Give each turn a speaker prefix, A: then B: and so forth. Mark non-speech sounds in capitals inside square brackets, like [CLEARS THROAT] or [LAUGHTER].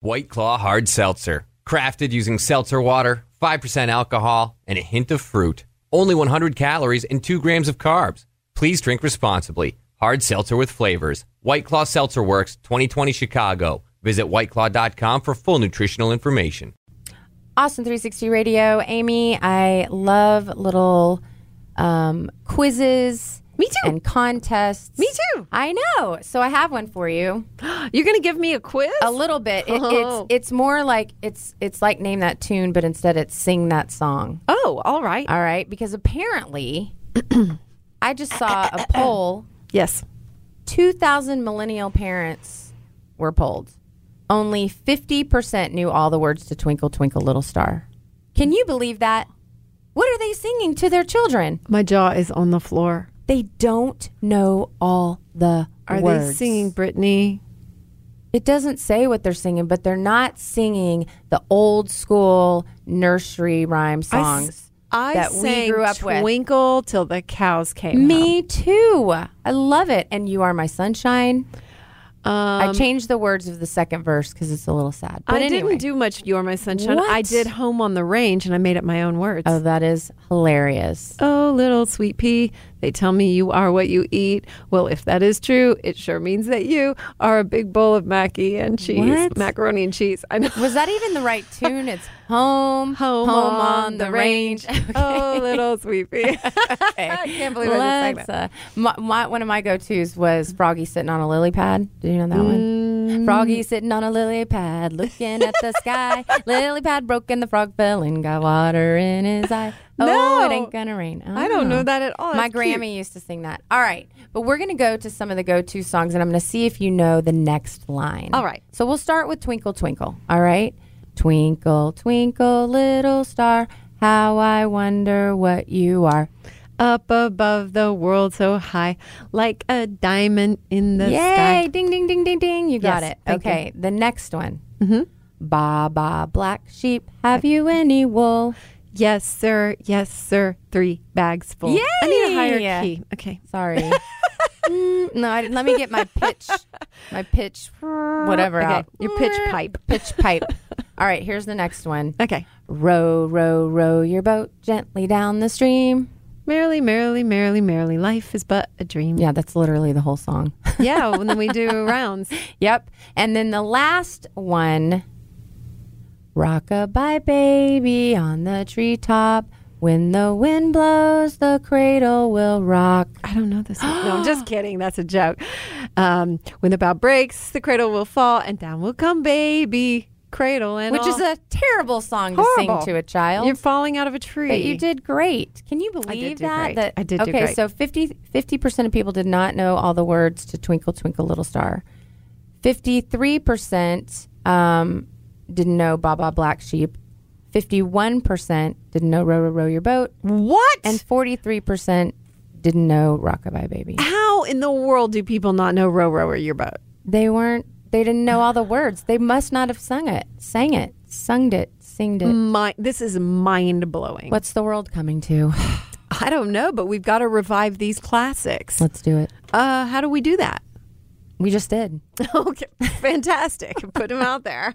A: White Claw Hard Seltzer. Crafted using seltzer water, 5% alcohol, and a hint of fruit. Only 100 calories and 2 grams of carbs. Please drink responsibly. Hard seltzer with flavors. White Claw Seltzer Works, 2020 Chicago. Visit whiteclaw.com for full nutritional information.
B: Austin 360 Radio, Amy. I love little um, quizzes.
C: Me too.
B: And contests.
C: Me too.
B: I know. So I have one for you.
C: You're gonna give me a quiz?
B: A little bit.
C: [LAUGHS]
B: It,
C: Oh.
B: It's it's more like it's it's like name that tune, but instead it's sing that song.
C: oh, all right.
D: Uh,
B: All right, because apparently, [CLEARS THROAT] I just saw a poll.
C: Yes.
B: 2,000 millennial parents were polled. Only 50% knew all the words to Twinkle, Twinkle, Little Star. Can you believe that? What are they singing to their children?
D: My jaw is on the floor.
B: They don't know all the
D: Are
B: words.
D: they singing Britney?
B: It doesn't say what they're singing, but they're not singing the old school nursery rhyme
D: I s-
B: songs
D: I
B: that
D: sang
B: we grew up with.
D: Twinkle till the cows came.
B: Me too. I love it. And you are my sunshine.
D: home. Um,
B: I changed the words of the second verse because it's a little sad. But
D: I
B: anyway.
D: didn't do much. You are my sunshine. I
B: What?
D: did home on the range, and I made up my own words.
B: Oh, that is hilarious.
D: Oh, little sweet pea, they tell me you are what you eat. Well, if that is true, it sure means that you are a big bowl of mackey and cheese,
B: What?
D: macaroni and cheese. I know.
B: Was that even the right tune? It's [LAUGHS] home,
D: home,
B: home on the range.
D: [LAUGHS]
B: [LAUGHS]
D: Oh, little sweet pea. [LAUGHS] I can't believe I just sang
B: Let's,
D: that.
B: uh, my, my, one of my go tos was Froggy sitting on a lily pad. Do you know that
D: Mm.
B: one? Froggy sitting on a lily pad, looking at the
D: [LAUGHS]
B: sky. lily pad broke and the frog fell and got water in his eye. Oh,
D: No.
B: it ain't gonna rain.
D: I don't know that at
B: My
D: all. Oh, That's cute.
B: Grammy used to sing that. All right, but we're gonna go to some of the go to songs, and I'm gonna see if you know the next line.
D: All right.
B: So we'll start with Twinkle Twinkle. All right. Twinkle, twinkle, little star, how I wonder what you are.
D: Up above the world so high, like a diamond in the
B: Yay!
D: sky.
B: Ding, ding, ding, ding, ding. You got
D: Yes,
B: it.
D: thank
B: Okay. The next one. Mm-hmm. Ba, ba, black sheep, have you any wool?
D: Yes, sir. Yes, sir. Three bags full. I need a
B: Yay!
D: higher key. Okay.
B: Sorry.
D: [LAUGHS]
B: Mm, no, I, let me get my pitch, my pitch, whatever
D: Okay,
B: out.
D: your pitch pipe.
B: Pitch pipe. All right, here's the next one.
D: Okay.
B: Row, row, row your boat gently down the stream.
D: Merrily, merrily, merrily, merrily, life is but a dream.
B: Yeah, that's literally the whole song.
D: Yeah, and then we do rounds.
B: [LAUGHS] yep. And then the last one Rock-a-bye baby on the treetop. When the wind blows, the cradle will rock.
D: I don't know this. One. No,
B: [GASPS]
D: I'm just kidding. That's a joke. Um, when the bow breaks, the cradle will fall, and down will come baby cradle, and
B: Which
D: all.
B: is a terrible song to
D: Oh. Horrible.
B: sing to a child.
D: You're falling out of a tree.
B: But you did great. Can you believe
D: do
B: that?
D: great.
B: That
D: I did do
B: Okay,
D: great.
B: so 50 percent of people did not know all the words to "Twinkle Twinkle Little Star." Fifty-three percent um, didn't know "Ba Ba Black Sheep." Fifty-one percent didn't know "Row Row Row Your Boat,"
D: What?
B: and forty-three percent didn't know "Rockabye Baby."
D: how in the world do people not know row row or your boat?
B: They weren't. They didn't know all the words. They must not have sung it, sang it, sung it, singed it.
D: My, this is mind blowing.
B: What's the world coming to? [SIGHS]
D: I don't know, but we've got to revive these classics.
B: Let's do it.
D: Uh,
B: [LAUGHS]
D: how do we do that?
B: We just did.
D: [LAUGHS] Okay, fantastic. Put them out there.